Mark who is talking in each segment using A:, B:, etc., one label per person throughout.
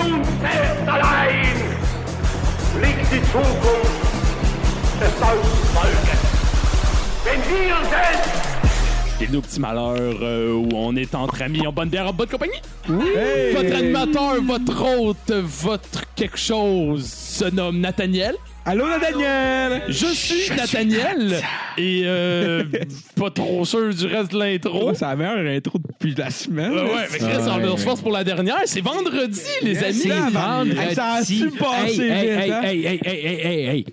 A: uns selbst allein liegt die Zukunft des deutschen Volkes. Wenn wir selbst
B: Bienvenue au petit malheur euh, où on est entre amis, en bonne bière, en bonne compagnie.
C: Hey!
B: Votre animateur, votre hôte, votre quelque chose se nomme Nathaniel.
C: Allô, Nathaniel!
B: Je suis Nathaniel et euh, pas trop sûr du reste de l'intro.
C: Oh, c'est la meilleure intro depuis la semaine.
B: Ouais, ouais, mais Chris, on on se force pour la dernière. C'est vendredi, les amis.
C: c'est vendredi. Hey, ça a-tu passé
D: hey, hey,
C: vite,
D: hey,
C: hein?
D: hey, hey, hey, hey, hey, hey.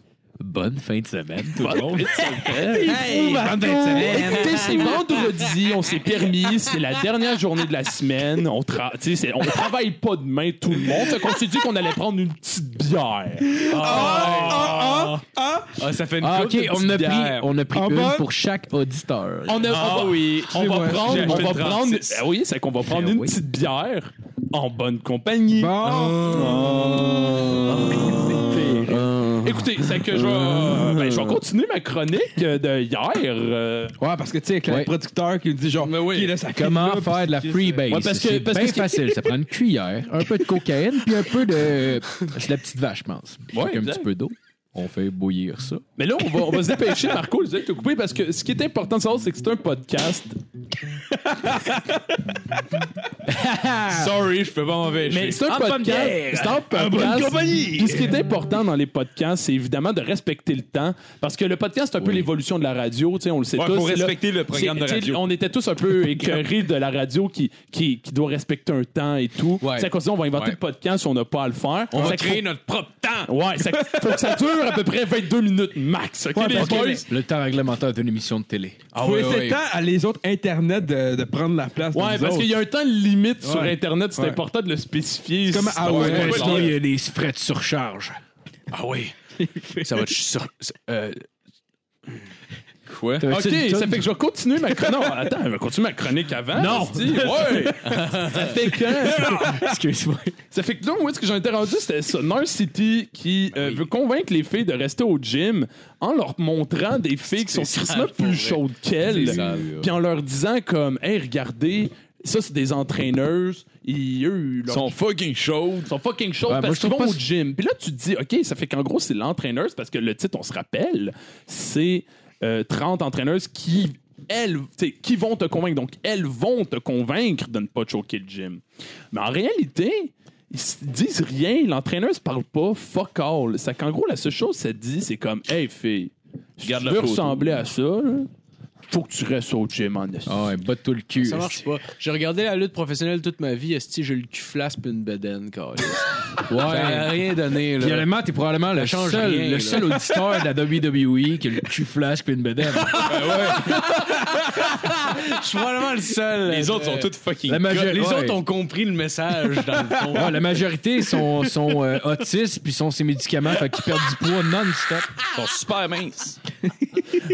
D: Bonne fin de semaine, tout le monde.
C: Hey, Marco!
B: Écoutez, c'est vendredi, on s'est permis, c'est la dernière journée de la semaine, on, tra tu sais, c'est- on travaille pas demain tout le monde, donc on s'est dit qu'on allait prendre une petite bière.
C: Ah, ah, ah,
E: Ah, ça fait une
D: Ah,
E: coupe
D: ok, on a pris, on a pris
C: En
D: une
C: bas?
D: pour chaque auditeur.
B: On, a-
E: Ah
B: on va,
E: oui.
B: on va
C: Excusez-moi,
B: prendre,
E: j'ai
B: on
E: acheté
B: va
E: le
B: prendre,
E: 36.
B: Ah oui, c'est qu'on va prendre
D: Eh
B: une
D: oui.
B: petite bière en bonne compagnie.
C: bon.
B: Écoutez, c'est que je vais, ben, je vais continuer ma chronique euh, de hier. euh,
C: Ouais, parce que tu sais, avec le
D: Ouais.
C: producteur qui nous dit genre,
B: oui.
C: Qui, là, ça fait
D: Comment
C: là,
D: faire de la
C: puis-
D: freebase?
B: Ouais, parce que-
D: c'est
B: parce
D: bien
B: que-
D: facile. Ça prend une cuillère, un peu de cocaïne, puis un peu de... C'est la petite vache, je pense.
B: Ouais,
D: Avec un
B: exact.
D: petit peu d'eau. On fait bouillir ça.
B: Mais là, on va, on va se dépêcher, Marco, je vais te couper parce que ce qui est important de savoir, c'est que c'est un podcast.
E: Sorry, je peux pas m'empêcher.
B: Mais c'est un podcast. C'est un
E: bonne
B: podcast.
E: compagnie.
B: Puis ce qui est important dans les podcasts, c'est évidemment de respecter le temps. Parce que le podcast, c'est un peu
D: Oui.
B: l'évolution de la radio. tu sais, On le sait
E: Ouais,
B: tous.
E: faut
B: c'est
E: respecter le programme
B: c'est-
E: de radio.
B: tu sais, On était tous un peu écœurés de la radio qui, qui, qui doit respecter un temps et tout.
D: Ouais.
B: C'est à cause de ça, on va inventer
D: Ouais.
B: le podcast si on n'a pas à le faire.
E: On
B: Ça
E: va
B: fait
E: créer
B: que
E: notre propre temps.
B: faut- Ouais, ça, faut que ça dure à peu près 22 minutes max. OK, les
D: Ok,
B: boys?
D: Le temps réglementaire d'une émission de télé.
C: Faut laisser le temps à les autres internets de, de prendre la place.
B: Ouais,
C: des
B: parce
C: autres.
B: qu'il y a un temps limite sur
C: Ouais.
B: Internet, c'est
C: Ouais.
B: important de le spécifier.
C: comme
B: C'est
C: ah
B: pas-
C: ouais,
B: c'est pas-
C: ouais, ouais.
D: il y a des frais de surcharge.
E: Ah oui. Ça va être sur. euh, Quoi?
D: T'as-
B: Ok,
D: Une
B: ça
D: tonne-
B: fait que je vais continuer ma chronique. Non, attends, je vais continuer ma chronique avant. Non! Ouais! ça fait que.
D: Excuse-moi.
B: Ça fait que donc, oui, ce que j'en étais rendu, c'était ça. Nurse City qui euh, veut convaincre les filles de rester au gym en leur montrant des filles qui sont
E: C'est
B: crissement
E: sale, pour
B: plus
E: vrai.
B: chaudes qu'elles.
D: C'est sale,
B: Puis en leur disant, comme, hey, regardez, ça, c'est des entraîneuses. Ils, eux,
E: Ils
B: leur
E: sont fucking chauds.
B: Ils sont fucking chauds
D: Ouais, moi,
B: parce
D: je
B: qu'ils
D: trouve
B: vont
D: pas
B: au
D: c-
B: gym. Puis là, tu te dis, OK, ça fait qu'en gros, c'est l'entraîneuse parce que le titre, on se rappelle, c'est euh, 30 entraîneuses qui, elles, tu sais, qui vont te convaincre. Donc, elles vont te convaincre de ne pas choquer le gym. Mais en réalité, ils se disent rien. L'entraîneuse parle pas. Fuck all. C'est qu'en gros, la seule chose, ça te dit, c'est comme, hey, fille, si tu
E: Garde la
B: veux
E: photo.
B: ressembler à ça, là, faut que tu restes au gym en esti.
D: Ah ouais, tout le cul.
F: Ça marche pas. J'ai regardé la lutte professionnelle toute ma vie. Est-ce que j'ai eu le cul flasque puis une bedaine, carré? Ça
D: Ouais.
F: a rien donné,
D: Puis
F: là.
D: honnêtement, t'es probablement le,
F: change
D: seul,
F: rien,
D: le
F: là.
D: seul auditeur de la WWE qui a le cul flash puis une bedaine.
F: Je suis probablement le seul.
E: Les
F: euh,
E: autres sont toutes fucking.
D: La
E: gueules.
D: majorité.
F: Les
D: ouais.
F: autres ont compris le message, dans le fond.
D: Ouais, la majorité sont, sont euh, autistes puis sont ces médicaments fait qu'ils perdent du poids non-stop.
E: Ils sont super minces.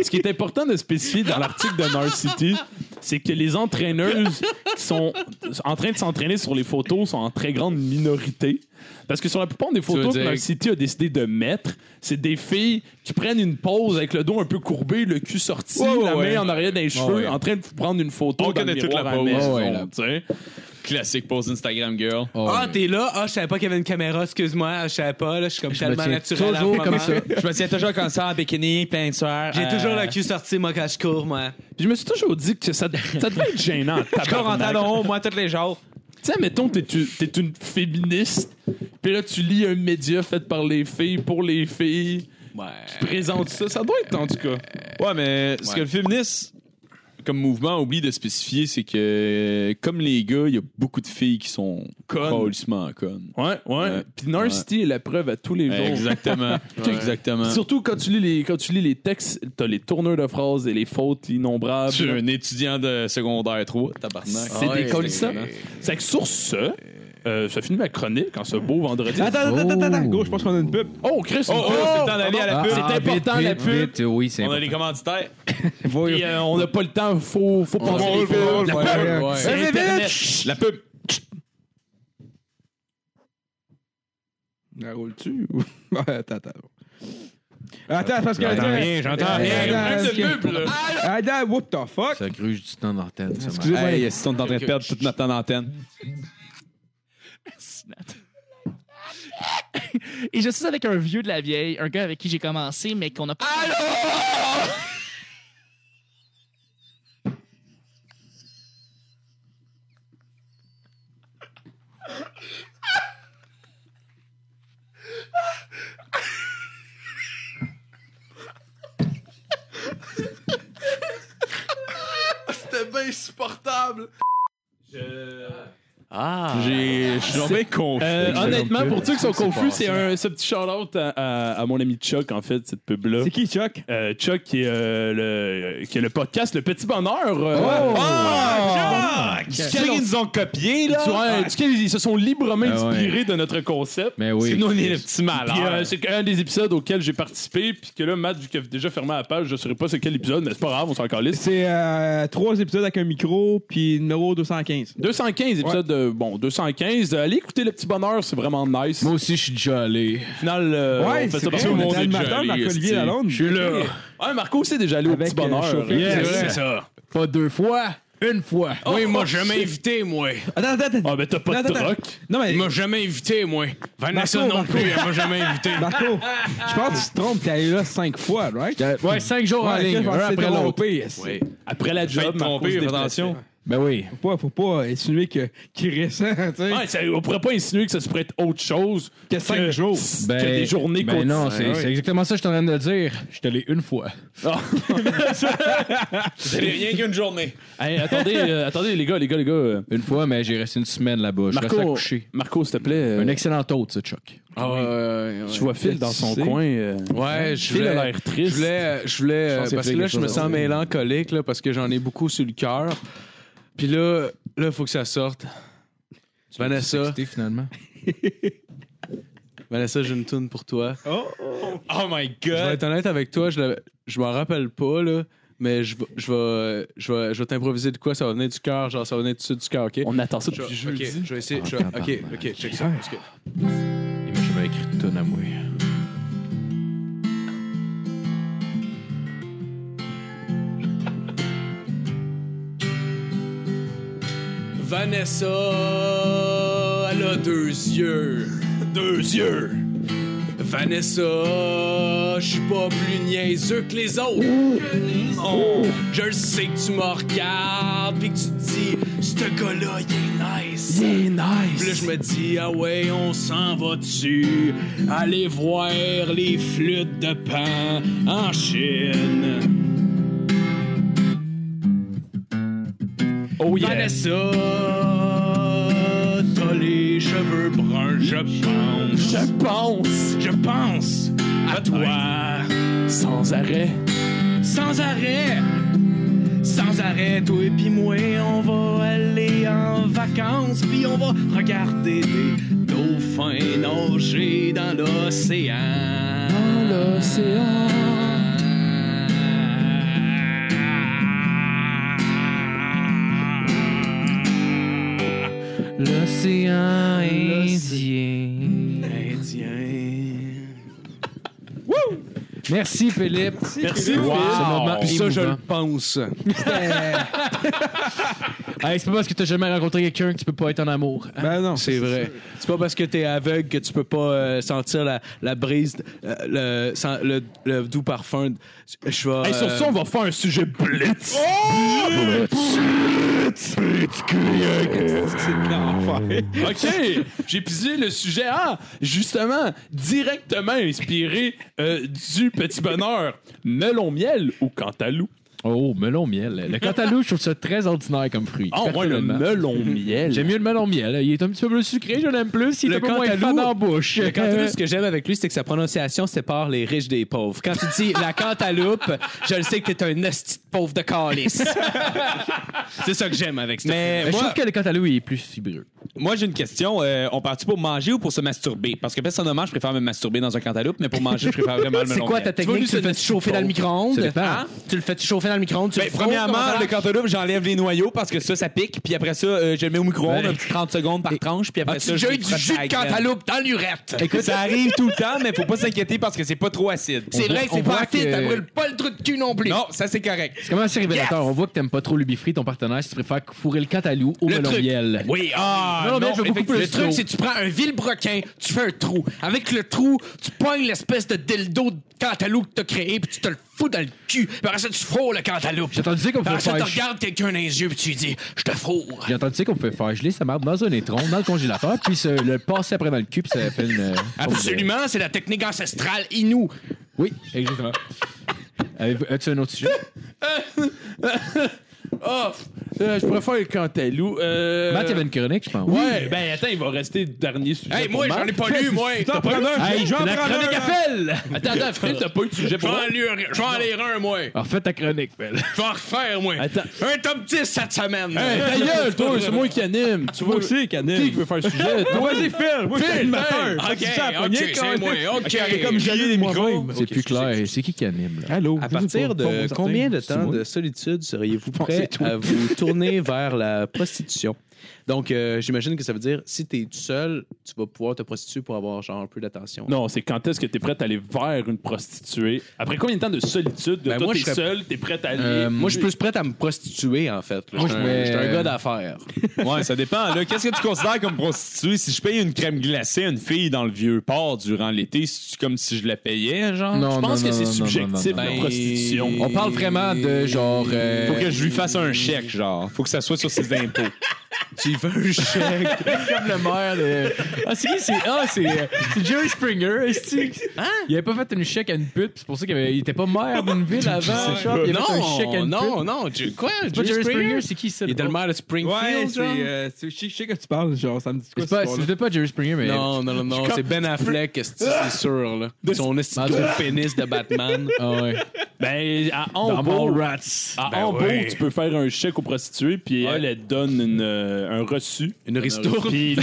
B: Ce qui est important de spécifier dans l'article de North City, c'est que les entraîneuses qui sont en train de s'entraîner sur les photos sont en très grande minorité. Parce que sur la plupart des
F: veux
B: photos que
F: dire-
B: North City a décidé de mettre, c'est des filles qui prennent une pause avec le dos un peu courbé, le cul sorti,
E: Ouais, ouais,
B: la main
E: ouais.
B: en arrière des cheveux,
D: ouais.
B: en train de prendre une photo.
E: On
B: dans le
E: connaît toute la
B: miroir à
E: pose.
B: maison,
D: Ouais, ouais, là.
B: tu sais.
E: Classique pose Instagram girl.
G: Oh,
F: Ah, t'es là? Ah, je savais pas qu'il y avait une caméra, excuse-moi. Ah, Je savais pas, là. Je suis comme
D: Je me
F: tellement
D: tiens
F: naturel. à
D: toujours
F: ce
D: comme
F: moment.
D: ça.
E: Je me tiens toujours comme ça, en bikini, peinture.
F: J'ai toujours
D: euh,
F: le cul sorti, moi, quand je cours, moi.
B: Puis je me suis toujours dit que ça, ça devait être gênant. tabarnak.
E: haut, moi, tous les jours.
B: Tu sais, mettons, t'es, tu- t'es une féministe, puis là, tu lis un média fait par les filles, pour les filles,
F: Ouais.
B: tu présentes ça. Ça doit être, en tout cas.
E: Ouais, mais ce que le féministe, comme mouvement, oublie de spécifier, c'est que, comme les gars, il y a beaucoup de filles qui sont
B: Connes.
E: colissement connes.
B: Ouais, ouais.
E: Ouais.
B: Euh, Puis North
E: Ouais.
B: City est la preuve à tous les jours.
E: Exactement. Exactement.
B: Surtout quand tu, lis les, quand tu lis les textes, t'as les tourneurs de phrases et les fautes innombrables.
E: Tu es un étudiant de secondaire 3, tabarnak.
B: C'est
F: Ouais,
B: des colissants.
F: c'est-
B: C'est que sur ce, euh, ça finit ma chronique en ce beau vendredi.
C: Attends, attends, attends, attends, attends, go, je pense qu'on a une pub.
B: Oh, Chris! Ah,
E: Oh, oh, c'est le temps d'aller à
D: Ah,
E: la pub.
B: C'est important, la pub.
D: oui, c'est
E: On a les commanditaires.
B: Puis, euh, on n'a pas le temps, faut, faut penser.
E: on
B: les
E: le
B: filles.
E: fait, on le
B: La
E: fait.
B: pub.
F: Ouais.
B: C'est Internet.
E: La pub.
B: Euh,
C: La roule-tu? ou- Ouais, attends, attends. Attends, c'est parce que. J'entends rien, j'entends
B: Ah, euh,
C: Attends, what the fuck?
D: Ça gruge du temps d'antenne, ça
C: Excusez-moi.
E: si on est en train de perdre toute notre temps d'antenne.
H: Et je suis avec un vieux de la vieille, un gars avec qui j'ai commencé, mais qu'on a pas.
D: Ah!
B: J'ai- Je suis donc bien confus. Euh, honnêtement, pour ceux qui sont confus, c'est un ce petit shout-out à, à- à mon ami Chuck, en fait, cette pub-là.
C: C'est qui, Chuck?
B: Euh, Chuck, qui est, euh, le, qui est le podcast Le Petit Bonheur. euh,
E: Ah! Qu'est-ce qu'ils nous ont copié, là?
B: sur un- du- Ils se sont librement
I: Ah ouais.
B: inspirés de notre concept.
I: Mais oui.
E: C'est nous, on est les petits
B: Puis, euh,
E: malades.
B: c'est un des épisodes auxquels j'ai participé, puis que là, Matt, vu qu'il a déjà fermé la page, je ne saurais pas c'est quel épisode, mais c'est pas grave, on s'en calisse.
C: C'est euh, trois épisodes avec un micro, puis numéro 215.
B: 215 épisodes, euh, bon, 215. euh, allez écouter Le Petit Bonheur, c'est vraiment nice.
I: Moi aussi, je suis déjà allé.
B: Au final, euh, on fait ça parce que tout le monde est déjà allé,
C: Marc-Olivier
B: esti.
C: Lalonde.
B: Je suis là. Ouais, Marco aussi est déjà allé au
C: Avec,
B: Petit
C: euh,
B: Bonheur.
C: Chauffeur.
B: C'est
I: Yes.
B: vrai, ça.
I: Pas deux fois, une fois.
E: Oh,
D: oui, il m'a jamais invité, moi.
C: Attends, attends, attends.
B: oh, Ah, ben t'as pas
C: Non,
B: de
C: attends,
B: troc.
C: attends. Non, mais
D: Il m'a jamais invité, moi. Vanessa
C: Marco,
D: non
C: Marco.
D: plus, elle m'a jamais invité.
C: Marco, je pense que tu te trompes, t'es allé là cinq fois, right?
I: Euh, Ouais, cinq jours en
C: je
I: ligne,
C: pense
I: un
C: que c'est
I: après l'autre.
C: trompé, esti.
D: Oui.
B: Après la
E: Faites
B: job, Marco
E: tromper,
B: se déplaçait.
E: attention.
I: Ben oui.
C: Faut pas, faut pas insinuer que- qu'il récent, tu sais.
B: Ouais, ça- on pourrait pas insinuer que ça se pourrait être autre chose
C: Que cinq jours.
B: que des journées
I: ben
B: continues.
I: non, c'est c'est exactement ça que je suis en train de dire. Je suis allé une fois.
E: C'est rien qu'une journée.
B: Hey, attendez, euh, attendez, les gars, les gars, les gars. euh,
I: Une fois, mais j'ai resté une semaine là-bas. Je suis resté à
B: Marco,
I: coucher.
B: Marco, s'il te plaît, euh,
I: Un excellent hôte, ce Chuck.
D: Ah, ouais, ouais, ouais.
B: je vois Phil dans son
D: Tu sais.
B: coin. euh,
D: Ouais, je
B: Phil a
D: voulais,
B: l'air triste.
D: je voulais, euh, je voulais,
I: pense qu'il
D: parce
I: fait
D: que là,
I: quelque
D: je me
I: chose
D: sens
I: d'autre.
D: mélancolique, là, parce que j'en ai beaucoup sur le cœur. Puis là, là, faut que ça sorte. Vanessa,
I: C'était finalement.
D: Vanessa, j'ai une toune pour toi.
E: Oh my
D: Je vais
E: god!
D: être honnête avec toi, je, la- je m'en rappelle pas, là, mais je, vais- je vais, je vais, je vais t'improviser de quoi, ça va venir du cœur, genre ça va venir tout de suite du cœur, ok?
B: On attend ça
D: Je,
B: depuis
D: ok,
B: jeudi. Ah,
D: je vais essayer. je vais- ok, ok, check ça. parce que-
I: Et moi, j'avais écrit tout à moi.
D: Vanessa, elle a deux yeux. Deux yeux. Vanessa, je suis pas plus niaiseux que les autres. Oh, je le sais que tu me regardes pis que tu te dis, ce gars-là, il est nice. Puis là, je me dis, ah ouais, on s'en va dessus. Allez voir les flûtes de pan en Chine.
B: Oh yeah.
D: Vanessa, t'as les cheveux bruns, je pense.
B: Je pense
D: Je pense à toi.
B: sans arrêt.
D: Sans arrêt, sans arrêt, toi et puis moi, on va aller en vacances, puis on va regarder des dauphins nager dans l'océan. Dans l'océan.
I: L'océan Indien. Merci, Philippe.
B: Merci.
I: Wow.
D: Ah,
I: Ce moment
B: Puis ça, je
I: émouvant.
D: pense.
I: Hey, c'est pas parce que t'as jamais rencontré quelqu'un que tu peux pas être en amour. hein?
C: Ben non.
D: C'est vrai. C'est pas parce que t'es aveugle que tu peux pas euh, sentir la, la brise, euh, le, sen- le, le doux parfum. Je vais.
B: Hey, sur
D: euh,
B: ça, on va faire un sujet blitz. OK, j'ai pisé le sujet A, justement, directement inspiré euh, du petit bonheur. Melon miel ou cantalou?
I: Oh, melon miel. Le cantaloupe, je trouve ça très ordinaire comme fruit.
B: Ah, ouais, le
I: personnellement.
B: melon miel.
I: J'aime mieux le melon miel. Il est un petit peu plus sucré, je l'aime plus. Il est
D: Le
I: un peu moins
D: cantaloupe-
I: fade en bouche.
D: Le cantaloupe, ce que j'aime avec lui, c'est que sa prononciation sépare les riches des pauvres. Quand tu dis la cantaloupe, je le sais que t'es un hostie de pauvre de calice. c'est ça que j'aime avec ça.
I: Mais
E: Mais
I: Ben, je
E: moi,
I: trouve que le cantaloupe il est plus fibreux.
E: moi j'ai une question. Euh, on part-tu pour manger ou pour se masturber? Parce que personnellement, je préfère me masturber dans un cantaloupe, mais pour manger, je préfère vraiment le melon. miel.
I: technique? Tu le fais chauffer dans le micro-ondes?
D: Hein? Tu le fais chauffer dans le micro-ondes. tu
G: Ben,
D: le frottes, on
B: Ah,
G: premièrement,
D: va-
G: le cantaloupe, j'enlève les noyaux parce que ça, ça pique. Puis après ça, euh, je le mets au micro-ondes, un petit 30 secondes par tranche. Puis après
B: Ah,
G: ça, je
F: J'ai eu
G: les
F: du
G: frotte
F: jus
G: à
F: de
G: la graine.
F: cantaloupe dans l'urette.
G: Écoute, ça arrive tout le temps, mais faut pas s'inquiéter parce que c'est pas trop acide.
F: C'est
D: voit-
F: vrai que
D: on
F: c'est pas
D: voit
F: acide,
D: que-
F: ça brûle pas le trou de cul non plus.
G: Non, ça c'est correct.
D: C'est quand même assez révélateur. On voit que t'aimes pas trop l'ubifree, ton partenaire, si tu préfères fourrer le cantalou au melon
F: truc.
D: miel.
F: Oui, ah,
D: Non, non, mais
F: non,
D: je veux beaucoup
F: effectivement.
D: plus
F: Le truc,
D: d'eau.
F: c'est que tu prends un vil broquin, tu fais un trou. Avec le trou, tu pognes l'espèce de dildo de cantaloupe que t'as créé, puis tu te le fous dans le cul. Puis après ça, tu fourres le cantaloupe.
D: J'ai entendu dire qu'on
F: Après
D: pouvait
F: ça, tu
D: faire.
F: regardes quelqu'un dans les yeux, puis tu lui dis « Je te fourre
D: J'ai entendu dire qu'on pouvait faire geler sa marde dans un étron, dans le congélateur, puis se le passer après dans le cul, puis ça fait une. euh, ».
F: Absolument, c'est la technique ancestrale Inou.
D: Oui, exactement. Avez-vous- Euh, As-tu un autre sujet?
B: Ah, euh, je préfère le cantalou. Euh...
D: Matt, il y avait une chronique, je pense.
B: Ouais, ben attends, il va rester dernier sujet.
F: Hey,
B: pour
F: moi, j'en ai pas lu, moi.
C: T'en prends un.
D: Hey,
C: J'en
D: la
C: prends
D: chronique à
C: un.
D: Fel!
B: Attends, attends, Phil, t'as pas eu de sujet
F: Je
B: pour
F: vais
B: moi?
F: en lire un- je vais en lire un, moi.
D: Alors, fais ta chronique, Fel.
F: Je vais en refaire, moi.
B: Attends.
F: Un top 10 cette semaine.
B: Hey, ta gueule, toi, c'est moi qui anime. Tu vois
C: aussi, qui anime.
B: Qui veut faire le sujet?
C: Ah,
B: Toi,
C: Vas-y, Phil. Moi, je suis animateur.
F: OK,
C: Fait que c'est ça, la
F: OK,
C: poignée,
F: c'est
C: quand-
F: moi, OK.
C: j'ai les micros.
D: C'est plus clair. C'est qui qui anime, là?
C: Allô.
J: À partir de combien de temps de solitude seriez-vous prêt à vous tourner vers la prostitution? Donc, euh, j'imagine que ça veut dire, si t'es tout seul, tu vas pouvoir te prostituer pour avoir genre un peu d'attention.
B: Non, c'est quand est-ce que t'es prête à aller vers une prostituée? Après combien de temps de solitude, de
J: Ben,
B: toi,
J: moi,
B: t'es
J: je serais-
B: seul, t'es prête à aller...
D: Euh,
J: Moi, je suis plus prête à me prostituer, en fait. là.
D: Moi,
J: Je suis
D: je
J: un,
D: vais-
J: je suis un gars d'affaires.
E: Ouais, ça dépend. là. Qu'est-ce que tu considères comme prostituée? Si je paye une crème glacée à une fille dans le vieux port durant l'été, c'est comme si je la payais, genre?
D: Non,
B: je pense
D: non,
B: que c'est
D: non, non,
B: subjectif,
D: non, non,
B: la
D: non.
B: prostitution.
D: On parle vraiment de genre. euh,
E: Faut que je lui fasse un chèque, genre. Faut que ça soit sur ses impôts.
J: Tu veux un chèque?
D: comme le maire de. Ah, c'est qui? C'est ah, c'est, euh, c'est Jerry Springer, est-ce
J: Hein?
D: Il avait pas fait une chèque à une pute, puis c'est pour ça qu'il avait- il était pas maire d'une ville avant. Chop, il avait fait un chèque
J: Non,
D: à une
J: non,
D: pute.
J: non. tu- Quoi?
D: C'est pas Jerry Springer, c'est qui ça?
J: Il était le maire de
C: Ouais,
J: Springfield,
C: c'est.
J: genre?
C: euh, c'est- Je sais- je sais que tu parles, genre, ça me dit quoi
D: C'est
C: ce
D: pas,
C: soir-là?
D: c'était pas Jerry Springer, mais.
J: Non, non, non, non, c'est Ben Affleck, esti, c'est sûr, là. Son esti de gros pénis de Batman.
D: Ah ouais.
B: Ben, à
D: Ball
B: Hambourg,
D: Rats.
B: à Hambourg, tu peux faire un chèque aux prostituées, puis elle, elle te donne une, euh, un reçu.
J: Une ristourne.
B: Puis ils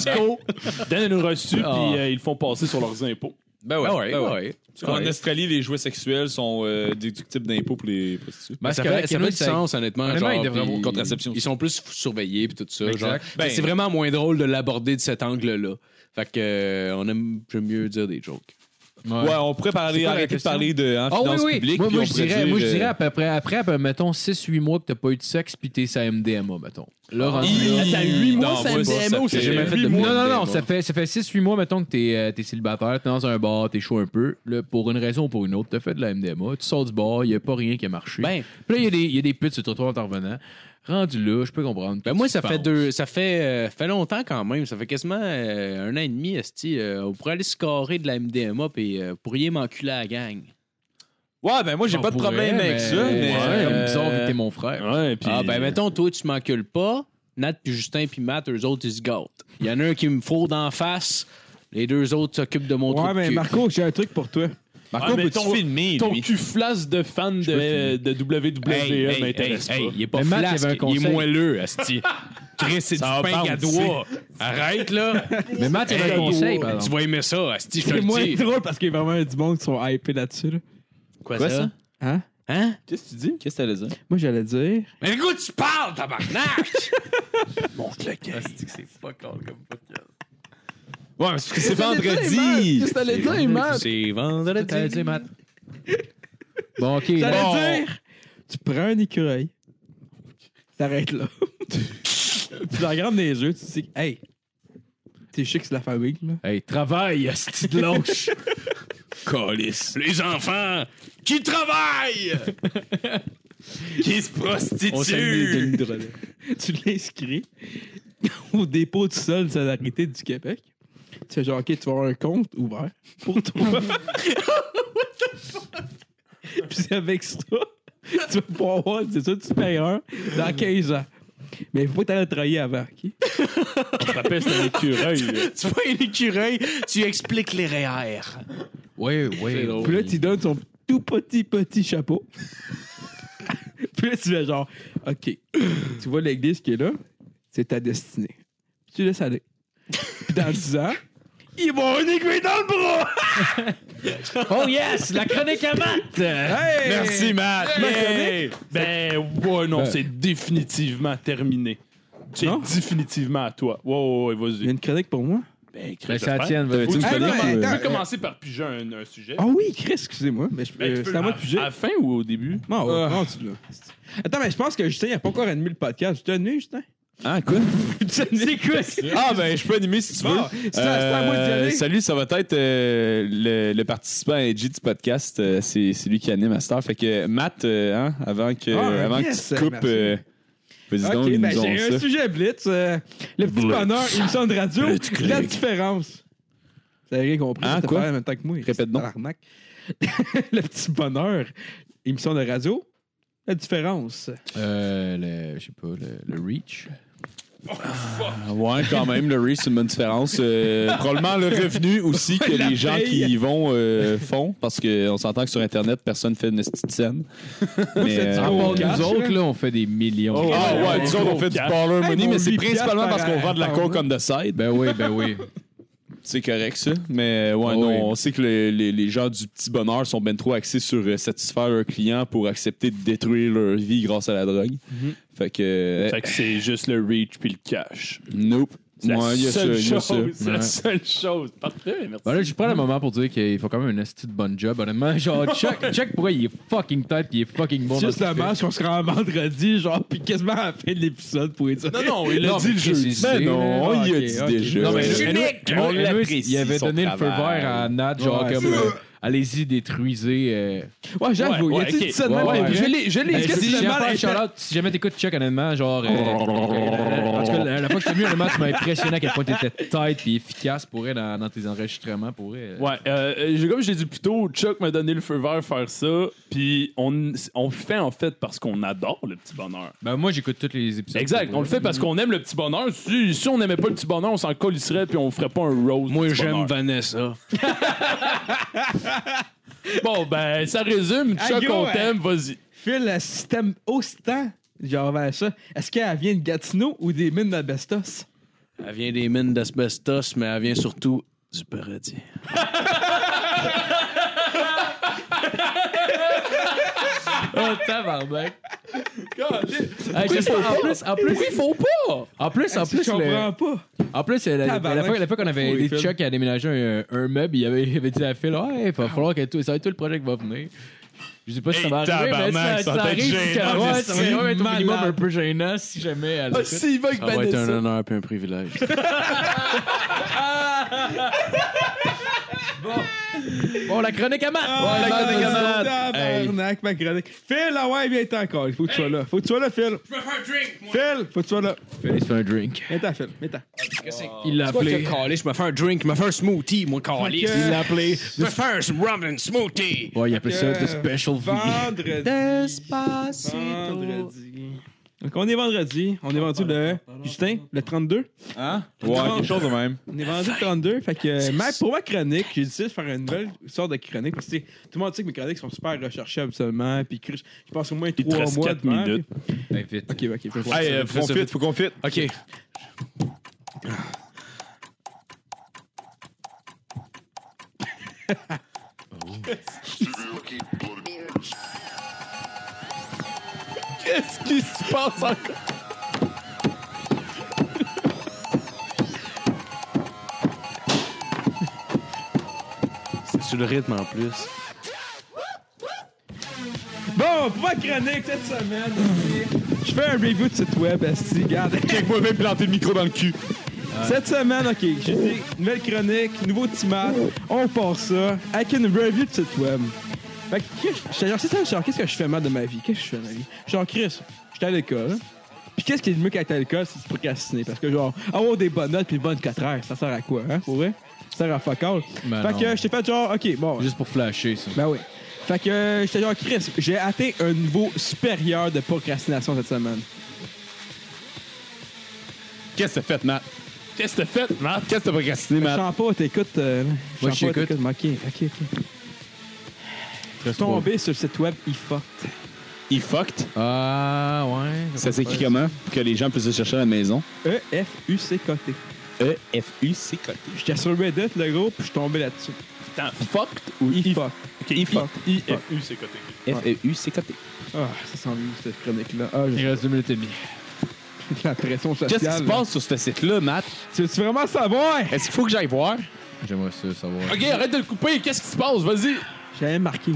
B: donnent un reçu, puis euh, ils le font passer sur leurs impôts.
E: Ben ouais.
J: Ah ouais, ah ouais.
E: En Australie, les jouets sexuels sont euh, déductibles d'impôts pour les prostituées.
D: Ben,
J: Ça
D: c'est
J: fait,
D: correct,
J: ça
D: il y en
J: fait
D: a
J: du
D: qui-
J: sens, honnêtement.
D: Honnêtement,
J: genre,
D: il devrait
J: puis
D: avoir-
E: Contraception.
J: Ils sont plus f- surveillés puis tout ça.
D: Exact.
J: Genre.
E: Ben,
J: c'est vraiment moins drôle de l'aborder de cet angle-là. Fait que euh, on aime j'aime mieux dire des jokes.
E: Ouais, on pourrait parler,
D: quoi la
E: arrêter de
D: question?
E: parler de hein,
D: Ah oui,
E: finances
D: oui.
E: publiques.
D: moi,
E: puis
D: moi,
E: on
D: je
E: pourrait
D: dirais,
E: dire,
D: moi, je
E: euh,
D: dirais à peu près, après, après, mettons, 6-8 mois que t'as pas eu de sexe pis t'es sa MDMA, mettons.
E: Ah.
D: Là, rendu
E: Hi.
D: là-
E: Attends, huit mois, ça me DMO, c'est jamais
J: fait de
D: Non,
J: MDMA.
D: non, non, ça fait, ça fait 6-8 mois, mettons, que t'es euh, t'es célibataire, t'es dans un bar, t'es chaud un peu. Là, pour une raison ou pour une autre, t'as fait de la MDMA, tu sors du bar, y a pas rien qui a marché.
J: Ben.
D: Puis là, y a des- y a des putes sur le trottoir en t'en revenant. Rendu là, je peux comprendre.
J: Ben
D: que
J: moi,
D: tu
J: ça fait
D: penses.
J: deux. Ça fait, euh, fait longtemps quand même. Ça fait quasiment euh, un an et demi, Esti. euh, on pourrait aller se carrer de la MDMA puis euh, pourriez m'enculer à la gang.
E: Ouais, ben moi, j'ai
B: Ah,
D: On
E: pas de problème
D: pourrait,
E: avec ça, mais.
D: Ouais,
E: euh,
D: c'est comme bizarre vu que t'es mon frère.
B: Ouais, puis...
J: Ah ben mettons, toi, tu m'encules pas. Nat puis Justin puis Matt, eux autres, ils se gâtent. Il y en a un qui me faut d'en face. Les deux autres s'occupent de mon
C: Ouais,
J: truc.
C: mais Marco, j'ai un truc pour toi.
E: Marco,
B: mais
E: peux-tu
B: ton-
E: filmer,
B: Ton
E: lui?
B: cul flasse de fan de, de WWE m'intéresse pas.
J: il est pas
D: Mais Matt, il
J: flasque,
D: avait un
J: il est
D: conseil.
J: moelleux, Asti. Chris, c'est du pain gadois. Arrête, là.
D: Mais Matt, il y avait un
J: Hey,
D: conseil,
J: wow,
D: par
J: tu
D: exemple.
J: vas aimer ça, Asti, je te
C: C'est
J: le
C: moins
J: dis.
C: drôle parce qu'il y a vraiment du monde qui sont hypés là-dessus. là.
J: Quoi,
E: ça?
C: Hein?
J: Hein?
E: Qu'est-ce que tu dis? Qu'est-ce que t'allais dire?
C: Moi, j'allais dire.
F: Mais écoute, tu parles, tabarnak!
E: Ouais, parce que c'est vendredi.
C: que t'allais dire, Matt?
J: C'est vendredi.
D: T'allais dire, Matt. Bon, ok. là.
C: J'allais dire. Tu prends un écureuil. T'arrêtes là. tu la regardes dans les yeux, tu dis, hey, t'es chic, c'est la famille, là.
D: Hey, travaille, esti de lâche.
F: Les enfants qui travaillent! qui se prostituent!
C: tu l'inscris au dépôt du sol de solidarité du Québec. Tu fais genre, OK, tu vas avoir un compte ouvert pour toi. Puis avec ça, tu vas pouvoir avoir des études supérieures dans 15 ans. Mais il faut pas que t'ailles travailler avant, OK?
B: Je rappelle, c'est un écureuil. là.
F: tu vois un écureuil, tu expliques les REER.
D: Oui, oui.
C: Puis là, tu donnes ton tout petit, petit chapeau. Puis là, tu fais genre, OK, tu vois l'église qui est là, c'est ta destinée. Puis tu laisses aller. Puis dans 10 ans,
B: Ils m'ont un aiguille dans le bras!
D: Oh yes, la chronique à Matt!
E: Merci, Matt.
B: Hey! Ben, ouais, non, c'est définitivement terminé. C'est définitivement à toi. Ouais, ouais, ouais,
C: Il y a
B: vas-y.
C: une chronique pour moi?
B: Ben, Chris,
D: Ben, c'est la
B: j'espère.
D: tienne, vas-y.
E: Tu me
C: Ah,
E: connais,
C: non,
E: moi.
B: Tu Euh,
C: attends.
B: peux commencer par piger un, un sujet.
C: Ah oui, Chris, excusez-moi. Mais je-
B: Ben, tu
C: euh,
B: peux
C: c'est à moi de
B: à-
C: piger.
B: À la fin ou au début?
C: Bon, ouais, bon, tu l'as. Ah. Attends, mais je pense que Justin, il n'a pas encore animé le podcast. Tu t'es animé, Justin?
E: Ah, quoi?
D: C'est quoi ça?
E: Ah, ben, je peux animer si tu veux.
C: Bon, c'est à- c'est à moi d'y
E: Euh,
C: aller.
E: Salut, ça va être euh, le, le participant edgy du podcast. Euh, c'est, c'est lui qui anime à cette heure. Fait que Matt, euh, hein, avant que,
C: Ah,
E: avant
C: yes,
E: que tu coupes,
C: merci.
E: euh, vas-y donc,
C: ok,
E: ils
C: ben,
E: nous ont
C: j'ai un
E: ça.
C: sujet Blitz. euh, le petit bonheur, émission de radio, la différence. Vous avez rien compris,
E: Hein,
C: c'était
E: quoi?
C: pas en même temps que moi.
E: Répète donc.
C: l'arnaque. le petit bonheur, émission de radio, la différence.
E: Euh, le, je sais pas, le, reach. ouais, quand même, le reach, c'est une bonne différence. Euh, probablement le revenu aussi que les gens qui y vont euh, font, parce qu'on s'entend que sur Internet, personne fait une petite scène. Mais, euh,
J: Ah,
D: À part nous autres, là, on fait des millions.
J: Oh,
E: Ah ouais, disons qu'on fait du baller money,
C: Hey,
E: mais
C: mon
E: c'est
C: huit piastres
E: principalement
C: par
E: parce qu'on
C: an,
E: vend de la
C: par
E: coke
C: mois.
E: on the side.
D: Ben oui, ben oui.
E: C'est correct, ça. Mais euh, ouais,
D: Ah
E: non,
D: oui.
E: on sait que le- les, les gens du petit bonheur sont ben trop axés sur euh, satisfaire leurs clients pour accepter de détruire leur vie grâce à la drogue. Fait que. euh,
B: Fait que c'est juste le reach puis le cash.
E: nope.
B: C'est la
E: Ouais, il y a ça,
B: seule
E: il y a ça.
B: chose. C'est la
D: Ouais.
B: seule chose. Parfait, merci.
D: Ben là, je prends le moment pour dire qu'il faut quand même un esti de bon job, honnêtement. Genre, check, check pourquoi il est fucking tight il est fucking bon. dans
C: Juste
D: ce
C: le
D: qu'il
C: match qu'on se rend vendredi, genre, puis quasiment à la fin de l'épisode pour dire.
B: Non, non, il
D: Non,
B: a dit
D: mais
B: le
D: qu'est-ce
B: jeudi.
D: qu'il sait,
E: Ben non,
C: là?
E: il a
C: Ok,
E: dit
C: ok.
E: déjà.
D: Non, mais
E: Euh,
D: anyway,
E: on
D: anyway,
E: l'apprécie,
D: Il avait
E: son
D: donné le feu
E: travail.
D: vert à Nat, genre
C: Ouais,
D: comme
C: c'est
D: euh, allez-y, détruisez. euh,
C: Ouais, Ben, j'avoue,
B: Ouais,
C: il a-tu
B: ouais,
C: dit ça de
D: ok.
C: même?
D: Ouais, ouais.
C: Je l'ai- je
D: Euh,
C: l'ai.
D: je-
C: Qu'est-ce que
D: si
C: c'est le
D: jamais-
C: mal?
D: shout-out, si jamais t'écoutes, check honnêtement, genre. euh, euh, en tout cas, la, la fois que t'es venu, honnêtement, tu m'as impressionné à quel point t'étais tight et efficace pour elle dans, dans tes enregistrements pour elle.
B: Ouais, euh, euh, j'ai- comme j'ai dit plus tôt, Chuck m'a donné le feu vert à faire ça, puis on, on le fait en fait parce qu'on adore le petit bonheur.
D: Ben moi, j'écoute tous les épisodes.
B: Exact, on le fait parce qu'on aime le petit bonheur. Si, si on n'aimait pas le petit bonheur, on s'en colisserait puis on ferait pas un rose.
F: Moi,
B: du petit
F: j'aime
B: bonheur.
F: Vanessa.
B: Bon, ben, ça résume.
C: Ah,
B: Chuck,
C: yo,
B: on
C: hein.
B: t'aime, vas-y.
C: Phil, le système autant, genre vers ça, est-ce qu'elle vient de Gatineau ou des mines d'Albestos?
F: Elle vient des mines d'asbestos, mais elle vient surtout du paradis.
D: Oh, tabarnak. Hey, je sais, en plus, en plus, ils font pas. En plus, en
C: Est-ce que
D: plus,
C: je
D: le-
C: comprends pas.
D: en plus, la, la- la
C: Tabarnak.
D: fois, la fois qu'on
C: Oui,
D: avait aidé
C: Phil.
D: Chuck à déménager un, un meuble, il avait, il avait dit à Phil, ouais, il va falloir que tout, ça va être tout le projet qui va venir. Je sais pas si ça va
E: Hey,
D: arriver, mais ça,
E: tabarnak, ça va être
D: arrive
E: gênant,
D: jusqu'à- ouais,
E: mais
D: ça va vraiment être au
C: c'est
D: minimum
C: malade.
D: un peu gênant si jamais elle le fait.
B: S'il va avec
F: Ça va être un
B: Vanessa.
F: honneur et un privilège.
D: Bon, la chronique à Matt!
C: Ah,
D: Ouais, Matt, vas-y.
C: Tabarnak, ma chronique. Phil, ah ouais, viens t'en encore. Il faut que tu sois là. Faut que tu sois là, Phil. Je Phil, faut que tu sois là.
D: Phil, il se fait un drink.
C: Mets-t'en, Phil. Mets-t'en.
D: Il l'a appelé.
F: je me fais un drink, je me fais un smoothie, moi, calice.
C: Fait que-
D: appelé.
F: Je me fais un rum and smoothie.
D: Ouais, il appelle ça
C: Fait
D: The
C: que-
D: Special V.
C: Vendredi. Vendredi. Donc, on est vendredi. On est vendu le. Justin, le 32.
E: Hein? Ouais, quelque chose de même.
C: On est vendu le 32. Fait que, euh, ma- pour ma chronique, j'ai décidé de faire une nouvelle sorte de chronique. Parce que tu sais, tout le monde sait que mes chroniques sont super recherchées absolument. Puis que je je passe au moins
B: Il te
C: 3
B: reste
C: mois.
B: quatre
C: de temps,
B: minutes.
D: Ben, vite.
C: puis- Ok, ok,
E: Hey, euh, faut qu'on fit, faut qu'on fit.
F: OK.
B: Qu'est-ce qui se passe encore?
F: C'est sur le rythme, en plus.
C: Bon, pour ma chronique cette semaine, ok, je fais un review de site web, Asti, regarde.
E: Moi, même planter le micro dans le cul.
C: Cette semaine, ok, j'ai dit nouvelle chronique, nouveau timat, on part ça avec une review de site web. Fait que, qu'est-ce que- genre, c'est ça, genre, qu'est-ce que je fais mal de ma vie? Qu'est-ce que je fais de ma vie? Genre, Chris, j'étais à l'école. Puis qu'est-ce qui est le mieux qu'être à l'école, c'est de procrastiner. Parce que, genre, avoir des bonnes notes puis des bonnes 4 heures, ça sert à quoi, hein, pour vrai? Ça sert à fuck all.
D: Ben
C: fait
D: non.
C: que, j'étais fait genre, ok, bon.
D: Juste pour flasher, ça.
C: Ben oui. Fait que euh, j'étais genre Chris, j'ai atteint un niveau supérieur de procrastination cette semaine.
E: Qu'est-ce que t'as fait, Matt?
B: Qu'est-ce que t'as fait, Matt?
E: Qu'est-ce que t'as procrastiné,
C: Je
E: Matt?
C: chante pas, t'écoutes. Euh,
D: Moi,
C: chante
D: je
C: pas,
D: t'écoute.
C: t'écoutes, mais Ok, ok, ok.
D: Reste
C: Tombé sur le site web IFA.
E: Il fucked.
D: Ah, ouais.
C: E
E: Ça s'écrit comment? Pour que les gens puissent le chercher à la maison.
C: E-F-U-C-K-T.
E: E E-F-U-C-K-T.
C: J'étais sur Reddit, le groupe, puis je suis tombé là-dessus. E
B: Attends, fucked ou
C: Il
B: if?
C: fuck.
B: Ok,
C: il
B: if-
C: fuck.
B: IFU, c'est côté.
E: E F-E-U-C-K-T.
C: Ah, ça sent mieux, cette chronique-là. Ah,
D: Il
C: j'ai
D: reste deux minutes et demie.
C: la pression sociale.
E: Qu'est-ce qui se
C: là.
E: passe sur ce site-là, Matt?
C: Tu veux-tu vraiment savoir?
E: Est-ce qu'il faut que j'aille voir?
G: J'aimerais ça savoir.
B: Ok, arrête de le couper. Qu'est-ce qui se passe? Vas-y.
C: J'avais marqué.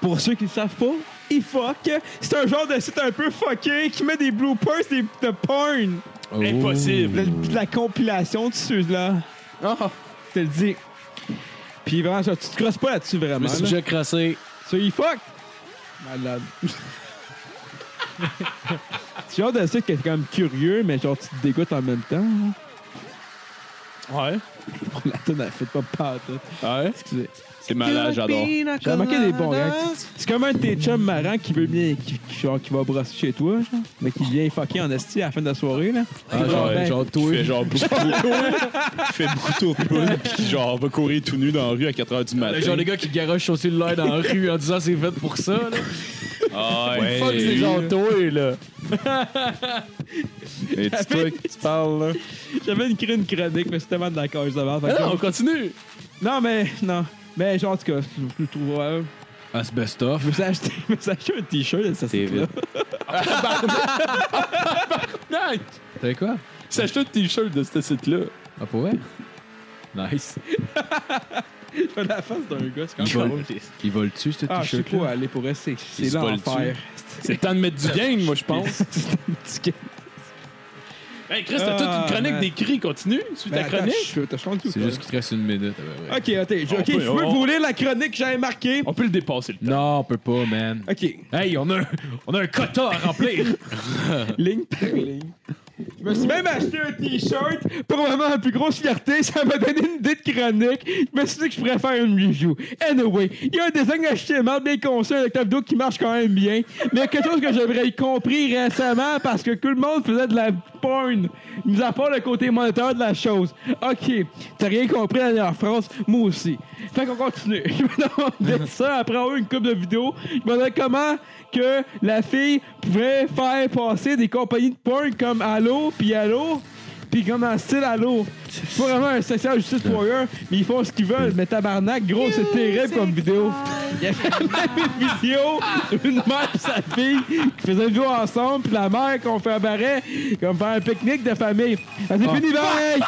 C: Pour ceux qui ne savent pas, E-Fuck, c'est un genre de site un peu fucké qui met des bloopers des, de porn.
B: Impossible.
C: De, de la compilation de ceux-là. Je te le dis. Puis vraiment, ça, tu te crosses pas là-dessus vraiment. là.
D: déjà crassé.
C: Sur E-Fuck. Malade. C'est genre de site qui est quand même curieux, mais genre tu te dégoûtes en même temps. là.
B: Ouais.
C: La tonne, elle fait pas pas
B: Ouais.
C: Excusez.
E: C'est malade, j'adore.
C: J'ai remarqué des bons gars. C'est comme un de tes chums marrants qui veut bien, qui, qui- genre, qui va brasser chez toi, genre, mais qui vient fucker en esti à la fin de la soirée, là. ben,
E: Ah, genre,
C: Ouais.
E: genre, toi. Qui fait genre beaucoup Qui fait beaucoup tour de poule, puis genre va courir tout nu dans la rue à 4 h du matin.
D: Le genre de gars qui garoche son cellulaire dans la rue en disant c'est fait pour ça. Là.
E: Ah, ouais.
D: Fuck, c'est genre toi, là.
E: Et tu toi qui tu parles, là.
C: J'avais une crée une chronique, mais c'est tellement de la cage de merde.
B: Ah
C: fait que-
B: non, on continue.
C: Non, mais, non. Mais genre, en tout cas, je, je trouve, ouais,
D: Asbestoff.
C: je me suis acheté, je me suis acheté un t-shirt de ça, c'est là.
B: Nice.
D: T'avais quoi?
B: S'est acheté un t-shirt de ce site-là.
D: Ah, pour vrai? Nice.
C: la face d'un gars, c'est quand
D: Il
C: même
D: vole,
C: drôle.
D: il vole tu ce
C: Ah, je sais
D: t-shirt-là?
C: pas, aller pour rester. C'est
E: se vole
C: l'enfer.
B: C'est le temps de mettre du game, moi, je pense. hey, Chris, t'as
C: Ah,
B: toute une chronique
C: man.
B: des cris. Continue. Suis
C: Mais
B: ta
C: attends,
B: chronique.
C: je- T'as changé ou
G: C'est
C: pas?
G: juste qu'il te reste une minute. à peu près.
C: Ok, attends, je- ok,
B: peut-
C: je veux
B: on-
C: vous lire la chronique que j'avais marquée.
B: On peut le dépasser, le temps.
D: Non, on peut pas, man.
C: Ok,
D: Hey, on a, un- on a un quota à remplir.
C: ligne par ligne. Je me suis même acheté un t-shirt pour vraiment la plus grosse fierté. Ça m'a donné une idée de chronique. Je me suis dit que je pourrais faire une review. Anyway, il y a un design HTML bien conçu avec Tableau qui marche quand même bien. Mais il y a quelque chose que j'aurais compris récemment parce que tout le monde faisait de la porn. Mis à part le côté moniteur de la chose. Ok, t'as rien compris la dernière phrase, moi aussi. Fait qu'on continue. Je me demandais ça après avoir eu une coupe de vidéos. Je me demandais comment que la fille pouvait faire passer des compagnies de porn comme Allo puis Allo puis comme dans le style Allo. C'est pas vraiment un social justice warrior, mais ils font ce qu'ils veulent. Mais tabarnak, gros, c'est terrible comme vidéo. Il y avait même une vidéo d'une mère et sa fille qui faisaient une vidéo ensemble, puis la mère qu'on fait un barret, comme faire un pique-nique de famille. Elle s'est Ah, fini, bye!